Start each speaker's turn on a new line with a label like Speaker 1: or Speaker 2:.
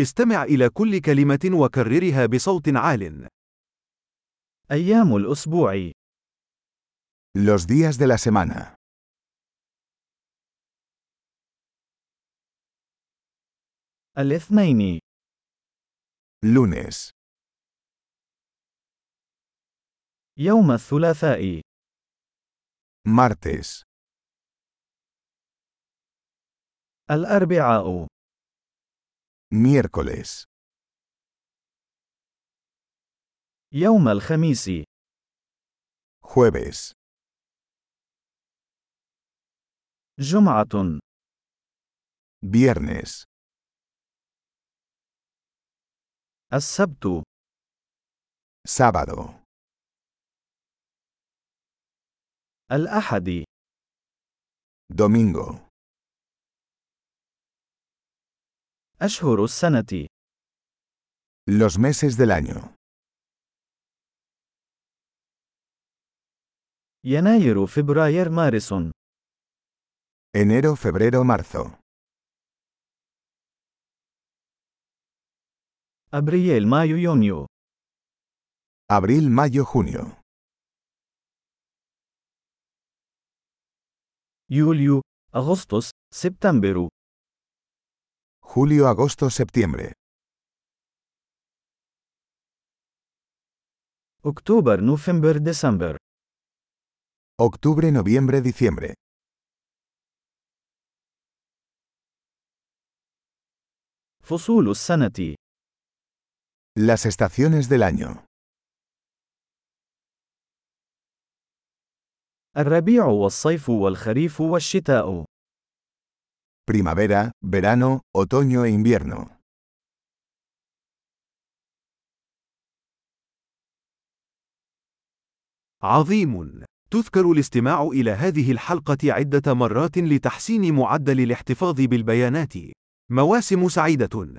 Speaker 1: استمع إلى كل كلمة وكررها بصوت عال.
Speaker 2: أيام الأسبوع
Speaker 3: Los días de la semana.
Speaker 2: الاثنين
Speaker 3: Lunes,
Speaker 2: يوم الثلاثاء
Speaker 3: martes,
Speaker 2: الأربعاء
Speaker 3: miércoles,
Speaker 2: يوم الخميس
Speaker 3: jueves,
Speaker 2: جمعة
Speaker 3: viernes,
Speaker 2: السبت
Speaker 3: sábado,
Speaker 2: الأحد
Speaker 3: domingo.
Speaker 2: أشهر السنة
Speaker 3: Los meses del año.
Speaker 2: يناير فبراير مارس
Speaker 3: Enero, febrero, marzo.
Speaker 2: أبريل مايو يونيو
Speaker 3: Abril, mayo, junio.
Speaker 2: يوليو أغسطس سبتمبر
Speaker 3: Julio, agosto, septiembre.
Speaker 2: أكتوبر نوفمبر ديسمبر
Speaker 3: Octubre, noviembre, diciembre.
Speaker 2: فصول السنة
Speaker 3: Las estaciones del año.
Speaker 2: الربيع والصيف والخريف والشتاء
Speaker 3: Primavera, verano, otoño e invierno.
Speaker 1: عظيم! تذكر الاستماع إلى هذه الحلقة عدة مرات لتحسين معدل الاحتفاظ بالبيانات. مواسم سعيدة!